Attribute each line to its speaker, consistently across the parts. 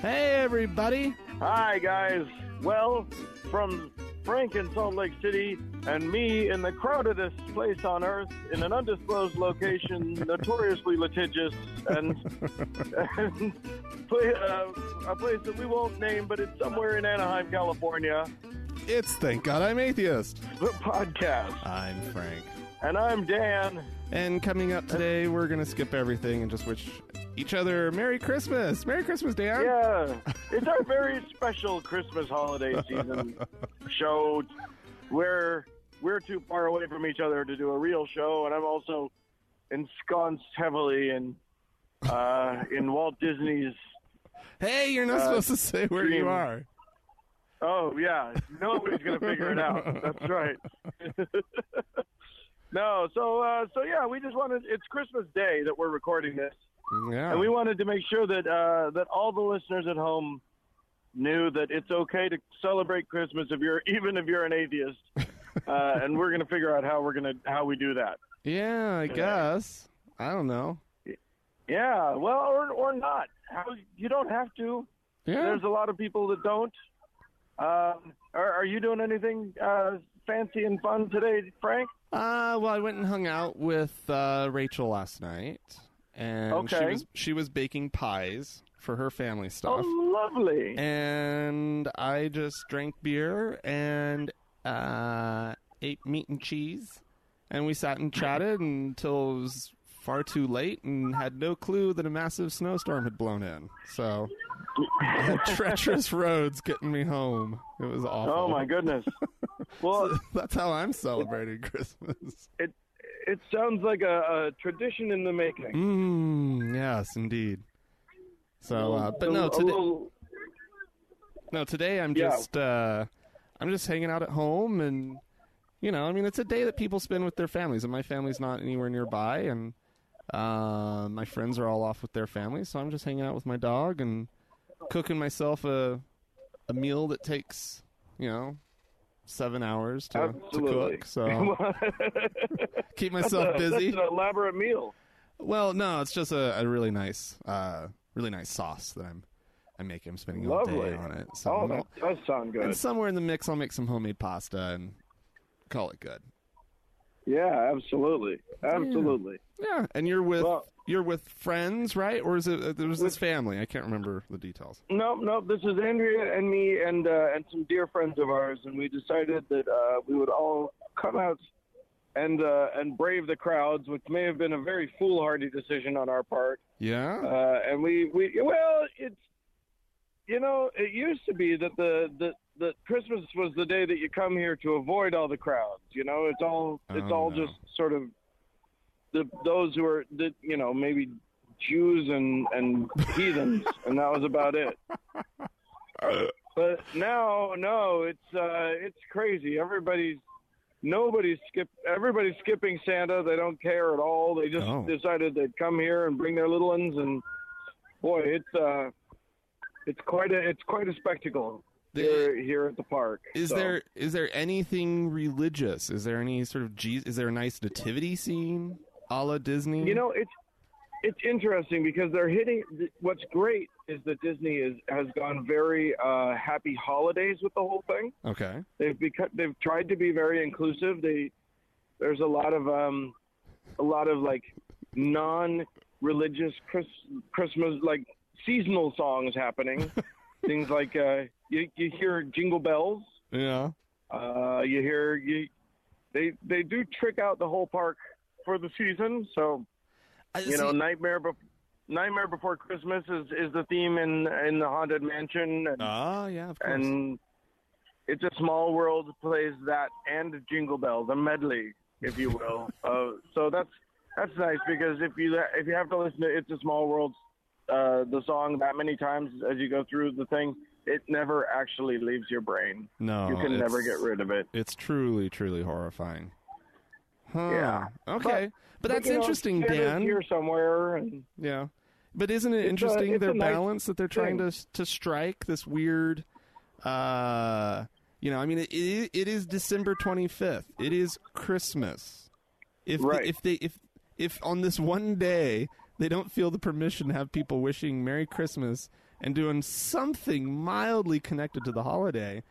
Speaker 1: Hey, everybody.
Speaker 2: Hi, guys. Well, from Frank in Salt Lake City and me in the crowdedest place on earth in an undisclosed location, notoriously litigious, and, and play, uh, a place that we won't name, but it's somewhere in Anaheim, California.
Speaker 1: It's Thank God I'm Atheist.
Speaker 2: The podcast.
Speaker 1: I'm Frank.
Speaker 2: And I'm Dan.
Speaker 1: And coming up today, we're going to skip everything and just wish each other Merry Christmas. Merry Christmas, Dan.
Speaker 2: Yeah, it's our very special Christmas holiday season show where we're too far away from each other to do a real show, and I'm also ensconced heavily in uh, in Walt Disney's.
Speaker 1: Hey, you're not
Speaker 2: Uh,
Speaker 1: supposed to say where you
Speaker 2: dream.
Speaker 1: are.
Speaker 2: Oh yeah, nobody's gonna figure it out. That's right. no, so uh, so yeah, we just wanted. It's Christmas Day that we're recording this.
Speaker 1: Yeah.
Speaker 2: And we wanted to make sure that uh, that all the listeners at home knew that it's okay to celebrate Christmas if you're even if you're an atheist. Uh, and we're going to figure out how we're going to how we do that.
Speaker 1: yeah, I guess. I don't know.
Speaker 2: Yeah, well, or or not. How you don't have to.
Speaker 1: Yeah.
Speaker 2: There's a lot of people that don't. Um, are, are you doing anything uh, fancy and fun today, Frank?
Speaker 1: Uh, well, I went and hung out with uh, Rachel last night, and she
Speaker 2: Okay.
Speaker 1: was she was baking pies for her family stuff.
Speaker 2: Oh, lovely.
Speaker 1: and I just drank beer and uh, ate meat and cheese, and we sat and chatted until it was far too late, and had no clue that a massive snowstorm had blown in. So I had treacherous roads getting me home. It was awful.
Speaker 2: Oh my goodness. Well,
Speaker 1: That's how I'm celebrating Christmas.
Speaker 2: it it sounds like a, a tradition in the making.
Speaker 1: Mm, yes, indeed. So, uh, but no,
Speaker 2: A
Speaker 1: today.
Speaker 2: little-
Speaker 1: No, today I'm
Speaker 2: Yeah.
Speaker 1: just uh, I'm just hanging out at home, and you know, I mean, it's a day that people spend with their families, and my family's not anywhere nearby, and uh, my friends are all off with their families, so I'm just hanging out with my dog and cooking myself a a meal that takes you know seven hours to, to
Speaker 2: Absolutely.
Speaker 1: cook. So keep myself busy.
Speaker 2: That's an elaborate meal.
Speaker 1: Well, no, it's just a, a really nice, uh, really nice sauce that I'm I'm making. I'm spending all day
Speaker 2: Lovely.
Speaker 1: on it. So
Speaker 2: Oh,
Speaker 1: I'm all-
Speaker 2: that does sound
Speaker 1: and
Speaker 2: good.
Speaker 1: somewhere in the mix, I'll make some homemade pasta and call it good.
Speaker 2: Yeah, absolutely, absolutely.
Speaker 1: Yeah, and you're with
Speaker 2: Well-
Speaker 1: you're with friends, right? Or is it uh, there was this family? I can't remember the details.
Speaker 2: Nope, nope. This is Andrea and me and uh, and some dear friends of ours, and we decided that uh, we would all come out and uh, and brave the crowds, which may have been a very foolhardy decision on our part.
Speaker 1: Yeah,
Speaker 2: Uh, and we, we well, it's you know, it used to be that the the that Christmas was the day that you come here to avoid all the crowds. You know, it's all it's
Speaker 1: Oh,
Speaker 2: all
Speaker 1: no.
Speaker 2: just sort of the those who are the you know maybe Jews and and heathens, and that was about it. But now, no, it's uh, it's crazy. Everybody's nobody's skip everybody's skipping Santa. They don't care at all. They just
Speaker 1: Oh.
Speaker 2: decided they'd come here and bring their little ones, and boy, it's uh, it's quite a it's quite a spectacle
Speaker 1: There-
Speaker 2: here here at the park.
Speaker 1: is
Speaker 2: So,
Speaker 1: there is there anything religious? Is there any sort of Jesus? Is there a nice nativity scene, a la Disney?
Speaker 2: you know it's it's interesting because they're hitting. What's great is that Disney is has gone very uh, happy holidays with the whole thing.
Speaker 1: okay,
Speaker 2: they've become they've tried to be very inclusive they there's a lot of um a lot of like non religious Chris, christmas like seasonal songs happening things like uh you, you hear jingle bells
Speaker 1: yeah,
Speaker 2: uh you hear you they they do trick out the whole park for the season so
Speaker 1: I-
Speaker 2: you know
Speaker 1: see-
Speaker 2: nightmare Bef- Nightmare Before Christmas is, is the theme in in the haunted mansion. And,
Speaker 1: Ah, yeah, of course.
Speaker 2: and it's a small world plays that and jingle bells a medley if you will uh, so that's that's nice because if you if you have to listen to it's a small world uh, the song that many times as you go through the thing it never actually leaves your brain
Speaker 1: no,
Speaker 2: you can never
Speaker 1: Oh, it's-
Speaker 2: get rid of it
Speaker 1: It's truly, truly horrifying. Huh.
Speaker 2: Yeah.
Speaker 1: Okay. But, that's
Speaker 2: you know,
Speaker 1: interesting,
Speaker 2: Santa's
Speaker 1: Dan.
Speaker 2: here somewhere and
Speaker 1: Yeah. But isn't it
Speaker 2: a-
Speaker 1: interesting
Speaker 2: it's
Speaker 1: their
Speaker 2: a nice
Speaker 1: balance that they're trying to to strike this weird uh you know, I mean it, it, it is December 25th. It is Christmas. If
Speaker 2: Right.
Speaker 1: if they if if on this one day they don't feel the permission to have people wishing Merry Christmas and doing something mildly connected to the holiday.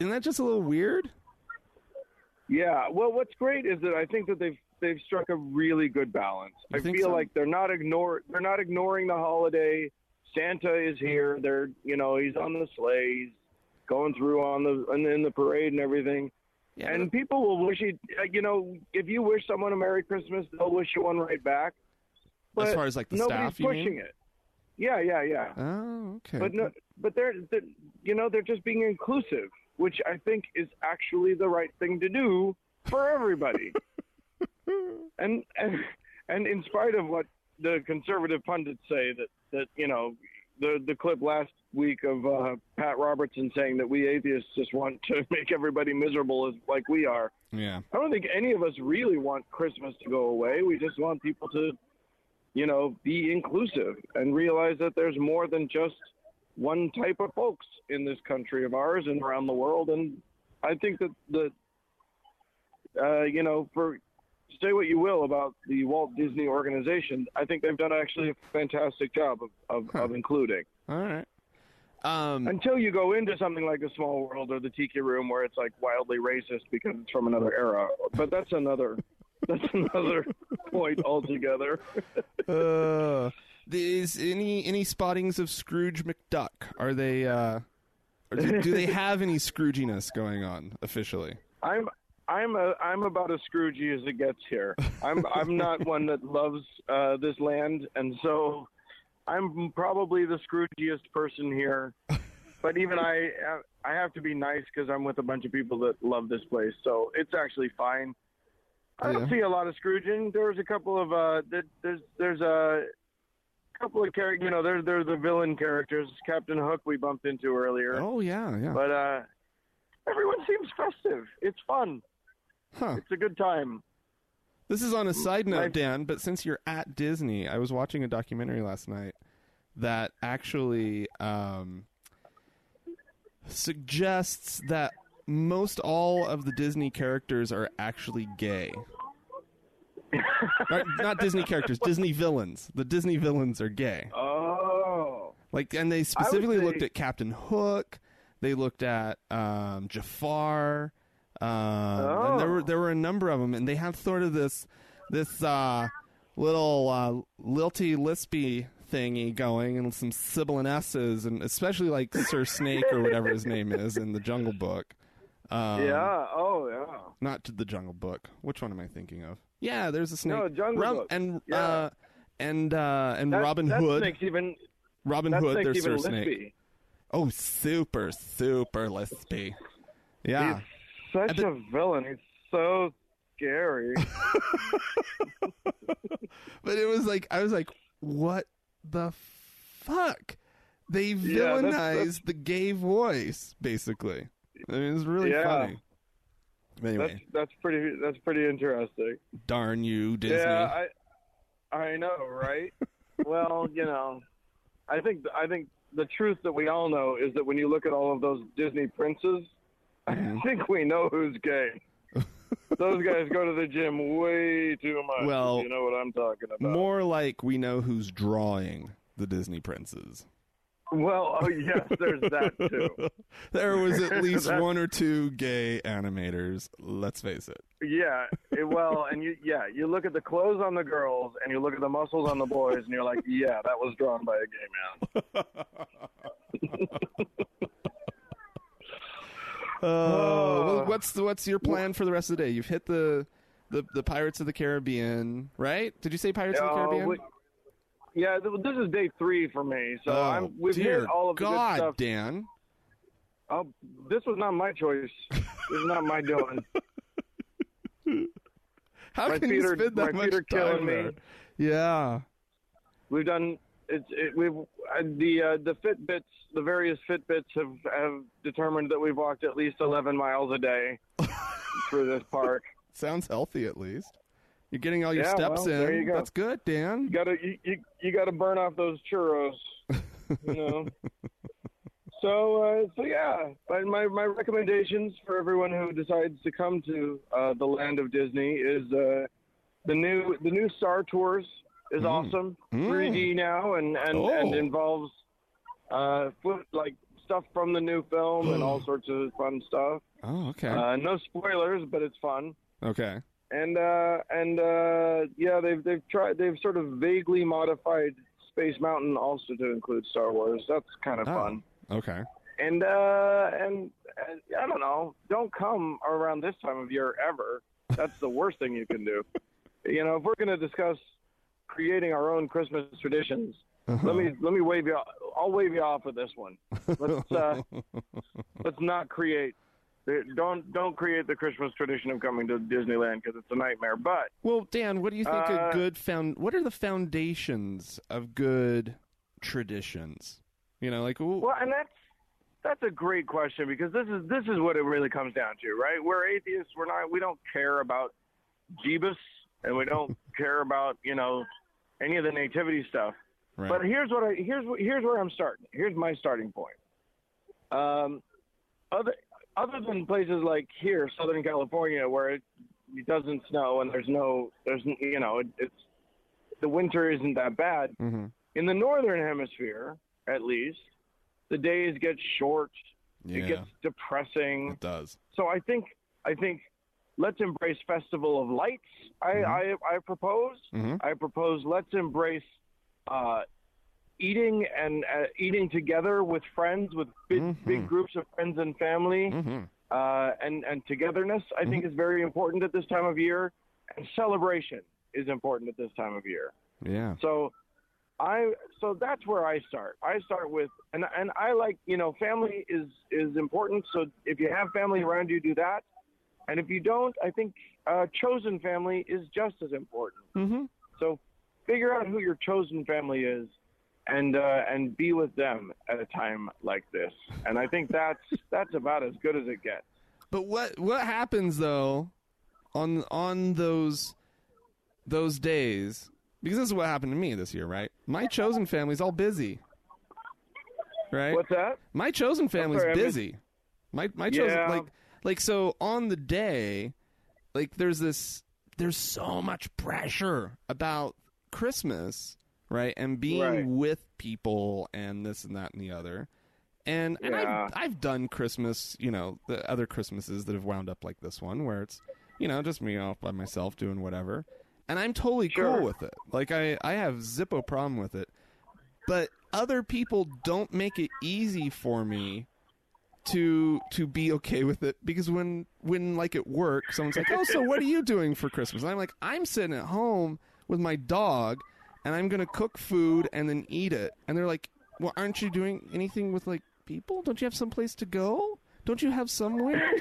Speaker 1: Isn't that just a little weird?
Speaker 2: Yeah. Well, what's great is that I think that they've they've struck a really good balance.
Speaker 1: You
Speaker 2: I
Speaker 1: think
Speaker 2: feel
Speaker 1: so?
Speaker 2: like they're not ignore they're not ignoring the holiday. Santa is here. They're you know he's on the sleigh. He's going through on the and in the parade and everything.
Speaker 1: Yeah,
Speaker 2: and people will wish you uh, you know if you wish someone a Merry Christmas, they'll wish you one right back. But
Speaker 1: as far as like the
Speaker 2: nobody's
Speaker 1: staff, you
Speaker 2: pushing
Speaker 1: mean?
Speaker 2: it. Yeah, yeah, yeah.
Speaker 1: Oh, okay.
Speaker 2: But no, but they're, they're you know they're just being inclusive, which I think is actually the right thing to do for everybody. and and and in spite of what the conservative pundits say that that you know the the clip last week of uh, Pat Robertson saying that we atheists just want to make everybody miserable as like we are.
Speaker 1: yeah,
Speaker 2: I don't think any of us really want Christmas to go away. We just want people to, you know, be inclusive and realize that there's more than just one type of folks in this country of ours and around the world. And I think that the, uh, you know, for say what you will about the Walt Disney organization, I think they've done actually a fantastic job of, of,
Speaker 1: Huh.
Speaker 2: of including.
Speaker 1: all right. Um,
Speaker 2: Until you go into something like the Small World or the Tiki Room, where it's like wildly racist because it's from another era. But that's another that's another point altogether.
Speaker 1: uh, is any any spottings of Scrooge McDuck? Are they uh, or do, do they have any Scrooginess going on officially?
Speaker 2: I'm I'm a I'm about as Scroogey as it gets here. I'm I'm not one that loves uh, this land, and so I'm probably the Scroogiest person here. But even I I have to be nice because I'm with a bunch of people that love this place, so it's actually fine. I don't
Speaker 1: Yeah.
Speaker 2: see a lot of Scrooging. There was a couple of uh, th- there's there's a couple of characters. You know, there's there's the villain characters. Captain Hook we bumped into earlier,
Speaker 1: Oh yeah, yeah.
Speaker 2: but uh, everyone seems festive. It's fun.
Speaker 1: Huh.
Speaker 2: It's a good time.
Speaker 1: This is on a side note,
Speaker 2: My-
Speaker 1: Dan, but since you're at Disney, I was watching a documentary last night that actually um, suggests that most all of the Disney characters are actually gay. Right, not Disney characters, Disney villains. The Disney villains are gay.
Speaker 2: Oh,
Speaker 1: Like, and they specifically
Speaker 2: say-
Speaker 1: looked at Captain Hook. They looked at um, Jafar. Um, and there were
Speaker 2: Oh.
Speaker 1: there were a number of them, and they had sort of this this uh, little uh, lilty lispy thingy going, and some sibilant s's, and especially like Sir Snake or whatever his name is in the Jungle Book. Um,
Speaker 2: yeah. Oh, yeah.
Speaker 1: not to the Jungle Book. Which one am I thinking of? Yeah, there's a snake.
Speaker 2: No, Jungle
Speaker 1: Rob-
Speaker 2: Book.
Speaker 1: and
Speaker 2: Yeah.
Speaker 1: uh, and uh, and
Speaker 2: That-
Speaker 1: Robin
Speaker 2: that
Speaker 1: Hood.
Speaker 2: Snake's even,
Speaker 1: Robin
Speaker 2: that
Speaker 1: Hood.
Speaker 2: snake's
Speaker 1: There's Sir
Speaker 2: even
Speaker 1: Snake.
Speaker 2: lispy.
Speaker 1: Oh, super, super lispy. Yeah.
Speaker 2: He's such
Speaker 1: And the-
Speaker 2: a villain. He's so scary.
Speaker 1: But it was like, I was like, what the fuck? They
Speaker 2: Yeah,
Speaker 1: villainized
Speaker 2: that's- that's-
Speaker 1: the gay voice, basically. I mean, it was really
Speaker 2: Yeah.
Speaker 1: funny. Anyway,
Speaker 2: that's that's pretty. That's pretty interesting.
Speaker 1: darn you, Disney.
Speaker 2: Yeah, I, I know, right? well, you know, I think I think the truth that we all know is that when you look at all of those Disney princes,
Speaker 1: Mhm.
Speaker 2: I think we know who's gay. those guys go to the gym way too much. if
Speaker 1: Well,
Speaker 2: you know what I'm talking about.
Speaker 1: More like we know who's drawing the Disney princes.
Speaker 2: Well, oh yes, there's that too.
Speaker 1: there was at least
Speaker 2: That's-
Speaker 1: one or two gay animators, let's face it.
Speaker 2: Yeah, it- well, and you yeah, you look at the clothes on the girls and you look at the muscles on the boys, and you're like, yeah, that was drawn by a gay man.
Speaker 1: Oh, well,
Speaker 2: Uh,
Speaker 1: what's the, what's your plan for the rest of the day? You've hit the the, the Pirates of the Caribbean, right? Did you say Pirates of the
Speaker 2: Oh,
Speaker 1: Caribbean?
Speaker 2: we- yeah, th- this is day three for me, so
Speaker 1: oh,
Speaker 2: I'm, we've
Speaker 1: dear
Speaker 2: hit all of the
Speaker 1: God,
Speaker 2: good stuff.
Speaker 1: Dan.
Speaker 2: Oh, this was not my choice. this is not my doing.
Speaker 1: How
Speaker 2: My
Speaker 1: can
Speaker 2: feet
Speaker 1: you
Speaker 2: are-
Speaker 1: spend that
Speaker 2: my
Speaker 1: much
Speaker 2: feet are killing
Speaker 1: time
Speaker 2: me.
Speaker 1: there? Yeah.
Speaker 2: We've done it's it, we've uh, the uh, the Fitbits, the various Fitbits have have determined that we've walked at least 11 miles a day through this park.
Speaker 1: Sounds healthy at least. You're getting all your
Speaker 2: Yeah,
Speaker 1: steps
Speaker 2: well,
Speaker 1: in.
Speaker 2: there you go.
Speaker 1: That's good, Dan.
Speaker 2: You gotta you, you, you gotta burn off those churros, you know. so uh, so yeah, but my my recommendations for everyone who decides to come to uh, the land of Disney is uh, the new the new Star Tours is
Speaker 1: Mm.
Speaker 2: awesome. 3D now and and, and
Speaker 1: Oh.
Speaker 2: involves uh, flip, like stuff from the new film and all sorts of fun stuff.
Speaker 1: Oh, okay.
Speaker 2: Uh, no spoilers, but it's fun.
Speaker 1: okay.
Speaker 2: And uh, and uh, yeah, they've they've tried they've sort of vaguely modified Space Mountain also to include Star Wars. That's kind of
Speaker 1: Oh.
Speaker 2: fun.
Speaker 1: Okay.
Speaker 2: And uh, and uh, I don't know. Don't come around this time of year ever. That's the worst thing you can do. You know, if we're going to discuss creating our own Christmas traditions, let me let me wave you. off- I'll wave you off with this one. Let's uh, let's not create. Don't don't create the Christmas tradition of coming to Disneyland because it's a nightmare. But
Speaker 1: Well, Dan, what do you think
Speaker 2: Uh,
Speaker 1: a good found? What are the foundations of good traditions? You know, like ooh,
Speaker 2: Well, and that's that's a great question because this is this is what it really comes down to, right? We're atheists. We're not. We don't care about Jeebus, and we don't care about you know any of the nativity stuff.
Speaker 1: right.
Speaker 2: But here's what I here's what here's where I'm starting. Here's my starting point. Um, other other than places like here, Southern California, where it, it doesn't snow and there's no there's n- you know it, it's the winter isn't that bad
Speaker 1: hmm
Speaker 2: in the northern hemisphere at least the days get short
Speaker 1: yeah,
Speaker 2: it gets depressing
Speaker 1: it does.
Speaker 2: so i think i think let's embrace festival of lights i
Speaker 1: Mhm.
Speaker 2: I, I propose
Speaker 1: Mhm.
Speaker 2: i propose let's embrace uh eating and uh, eating together with friends with big, big
Speaker 1: Mhm.
Speaker 2: groups of friends and family
Speaker 1: hmm
Speaker 2: uh, and and togetherness i think is very important at this time of year and celebration is important at this time of year
Speaker 1: Yeah.
Speaker 2: so I so that's where I start. I start with and and I like, you know, family is is important. So if you have family around you, do that. And if you don't, I think uh, chosen family is just as important.
Speaker 1: Mm-hmm.
Speaker 2: So figure out who your chosen family is and uh, and be with them at a time like this. And I think that's that's about as good as it gets.
Speaker 1: But what what happens though on on those those days? Because this is what happened to me this year, right? My chosen family's all busy, right?
Speaker 2: What's that?
Speaker 1: My chosen family's
Speaker 2: sorry, I missed-
Speaker 1: busy. My my chosen
Speaker 2: Yeah.
Speaker 1: like like so on the day, like there's this there's so much pressure about Christmas, right? And being
Speaker 2: Right.
Speaker 1: with people and this and that and the other. And, and
Speaker 2: Yeah.
Speaker 1: I've, I've done Christmas, you know, the other Christmases that have wound up like this one, where it's, you know, just me off by myself doing whatever. And I'm totally
Speaker 2: Sure.
Speaker 1: cool with it. Like, I, I have zippo problem with it. But other people don't make it easy for me to to be okay with it because when when like at work someone's like oh so what are you doing for christmas and i'm like i'm sitting at home with my dog and i'm gonna cook food and then eat it and they're like well aren't you doing anything with like people don't you have someplace to go don't you have somewhere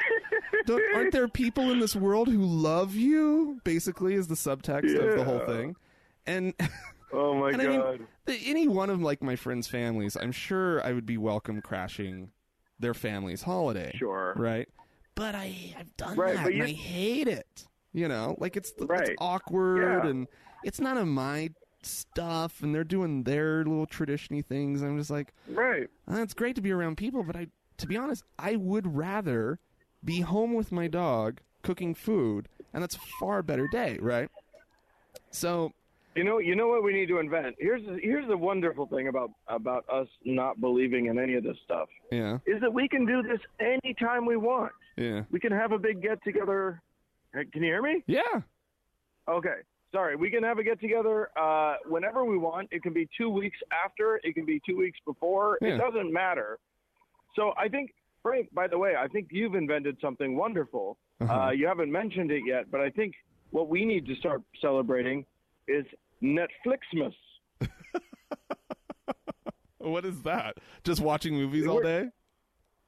Speaker 1: don't, aren't there people in this world who love you basically is the subtext of the whole
Speaker 2: Yeah.
Speaker 1: thing and
Speaker 2: Oh my
Speaker 1: and I mean, the, any one of like my friends' families, I'm sure I would be welcome crashing their family's holiday,
Speaker 2: sure.
Speaker 1: right? But I, I've done
Speaker 2: Right,
Speaker 1: that,
Speaker 2: but
Speaker 1: and
Speaker 2: you-
Speaker 1: I hate it. You know, like it's
Speaker 2: Right.
Speaker 1: it's awkward,
Speaker 2: Yeah.
Speaker 1: and it's none of my stuff, and they're doing their little traditiony things. I'm just like,
Speaker 2: Right.
Speaker 1: uh, it's great to be around people, but I, to be honest, I would rather be home with my dog cooking food, and that's a far better day, right? So,
Speaker 2: You know, you know what we need to invent. Here's the, here's the wonderful thing about about us not believing in any of this stuff
Speaker 1: yeah,
Speaker 2: is that we can do this anytime we want.
Speaker 1: yeah,
Speaker 2: We can have a big get together. Can you hear me?
Speaker 1: yeah.
Speaker 2: Okay. Sorry. We can have a get together uh, whenever we want. It can be two weeks after. It can be two weeks before.
Speaker 1: Yeah.
Speaker 2: It doesn't matter. So I think, Frank. By the way, I think you've invented something wonderful. Uh, you haven't mentioned it yet, but I think what we need to start celebrating is Netflixmas.
Speaker 1: What is that? Just watching movies all
Speaker 2: We're-
Speaker 1: day?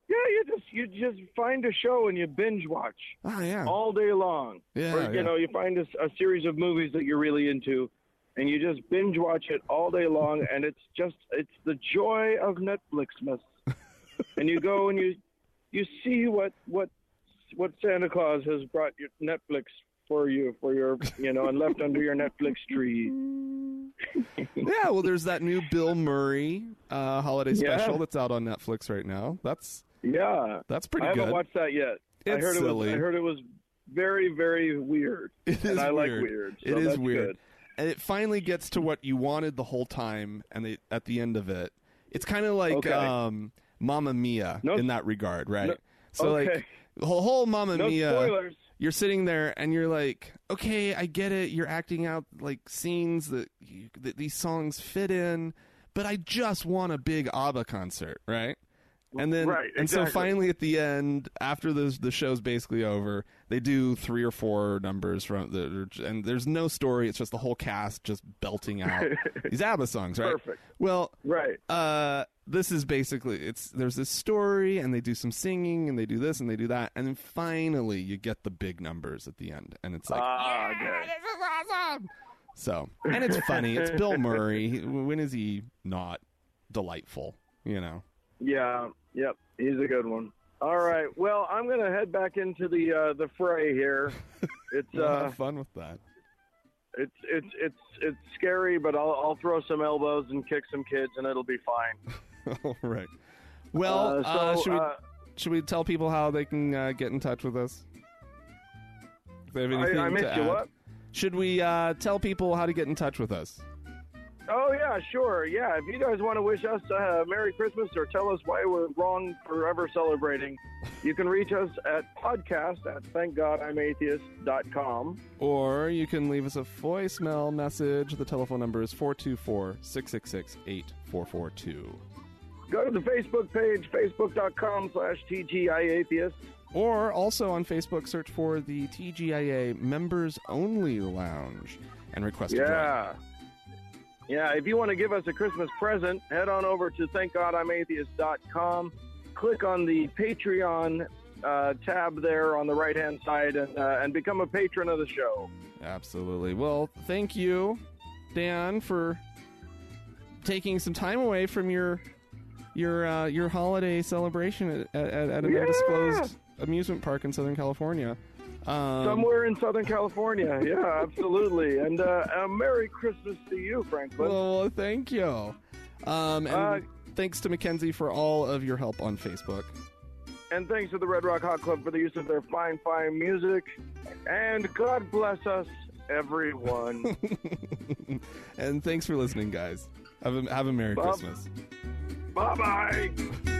Speaker 2: Yeah, you just you just find a show and you binge watch
Speaker 1: Oh yeah.
Speaker 2: all day long.
Speaker 1: Yeah,
Speaker 2: or,
Speaker 1: yeah.
Speaker 2: you know, you find a, a series of movies that you're really into, and you just binge watch it all day long, and it's just it's the joy of Netflixmas. and you go and you you see what what what Santa Claus has brought your Netflix for you for your you know and left under your Netflix tree. Mm.
Speaker 1: yeah, well there's that new Bill Murray uh holiday
Speaker 2: Yeah.
Speaker 1: special that's out on Netflix right now. That's
Speaker 2: Yeah,
Speaker 1: that's
Speaker 2: I
Speaker 1: pretty
Speaker 2: haven't
Speaker 1: good.
Speaker 2: watched that yet. I
Speaker 1: It's
Speaker 2: heard it was
Speaker 1: silly.
Speaker 2: I heard it was very very weird.
Speaker 1: It
Speaker 2: and
Speaker 1: is
Speaker 2: I like
Speaker 1: weird.
Speaker 2: weird, so
Speaker 1: it is
Speaker 2: that's
Speaker 1: weird.
Speaker 2: good.
Speaker 1: and it finally gets to what you wanted the whole time, and the, at the end of it, it's kind of like
Speaker 2: Okay.
Speaker 1: um, Mamma Mia
Speaker 2: No-
Speaker 1: in that regard, right?
Speaker 2: no-
Speaker 1: so like
Speaker 2: okay.
Speaker 1: the whole, whole Mamma
Speaker 2: No
Speaker 1: Mia,
Speaker 2: spoilers.
Speaker 1: you're sitting there and you're like, okay, I get it. You're acting out like scenes that, you, that these songs fit in, but I just want a big ABBA concert, right? And then,
Speaker 2: Right,
Speaker 1: and so
Speaker 2: exactly.
Speaker 1: finally at the end, after the the show's basically over, they do three or four numbers from the, and there's no story. It's just the whole cast just belting out these ABBA songs, right?
Speaker 2: Perfect.
Speaker 1: Well,
Speaker 2: Right.
Speaker 1: uh, this is basically it's there's this story and they do some singing and they do this and they do that and then finally you get the big numbers at the end and it's like
Speaker 2: Ah,
Speaker 1: "Yeah,
Speaker 2: okay.
Speaker 1: this is awesome so and it's funny it's Bill Murray He- when is he not delightful you know
Speaker 2: Yeah. Yep. He's a good one. All right. Well, I'm gonna head back into the uh, the fray here. It's
Speaker 1: We'll
Speaker 2: uh,
Speaker 1: have fun with that
Speaker 2: it's it's it's it's scary, but I'll I'll throw some elbows and kick some kids, and it'll be fine.
Speaker 1: all right well
Speaker 2: Uh, so,
Speaker 1: uh, should we
Speaker 2: uh,
Speaker 1: should we tell people how they can uh, get in touch with us if they have anything
Speaker 2: I, I missed
Speaker 1: to
Speaker 2: you.
Speaker 1: add.
Speaker 2: What?
Speaker 1: should we uh, tell people how to get in touch with us
Speaker 2: Oh yeah, sure. Yeah, if you guys want to wish us uh, Merry Christmas or tell us why we're wrong forever celebrating, you can reach us at podcast at thankgodimatheist.com.
Speaker 1: Or you can leave us a voicemail message. The telephone number is 424 666 8442.
Speaker 2: Go to the Facebook page, facebook.com slash TGIAtheist.
Speaker 1: Or also on Facebook, search for the TGIA Members Only Lounge and request a join.
Speaker 2: Yeah. Yeah, if you want to give us a Christmas present, head on over to thankgodimatheist.com. Click on the Patreon uh, tab there on the right hand side and, uh, and become a patron of the show.
Speaker 1: Absolutely. Well, thank you, Dan, for taking some time away from your your uh, your holiday celebration at, at, at an
Speaker 2: Yeah.
Speaker 1: undisclosed amusement park in Southern California. Um,
Speaker 2: Somewhere in Southern California. Yeah, absolutely. And uh, a Merry Christmas to you, Franklin.
Speaker 1: Well, thank you. Um, and
Speaker 2: Uh,
Speaker 1: thanks to Mackenzie for all of your help on Facebook.
Speaker 2: and thanks to the Red Rock Hot Club for the use of their fine, fine music. And God bless us, everyone.
Speaker 1: and thanks for listening, guys. Have a, have a Merry
Speaker 2: Bob.
Speaker 1: Christmas.
Speaker 2: bye bye.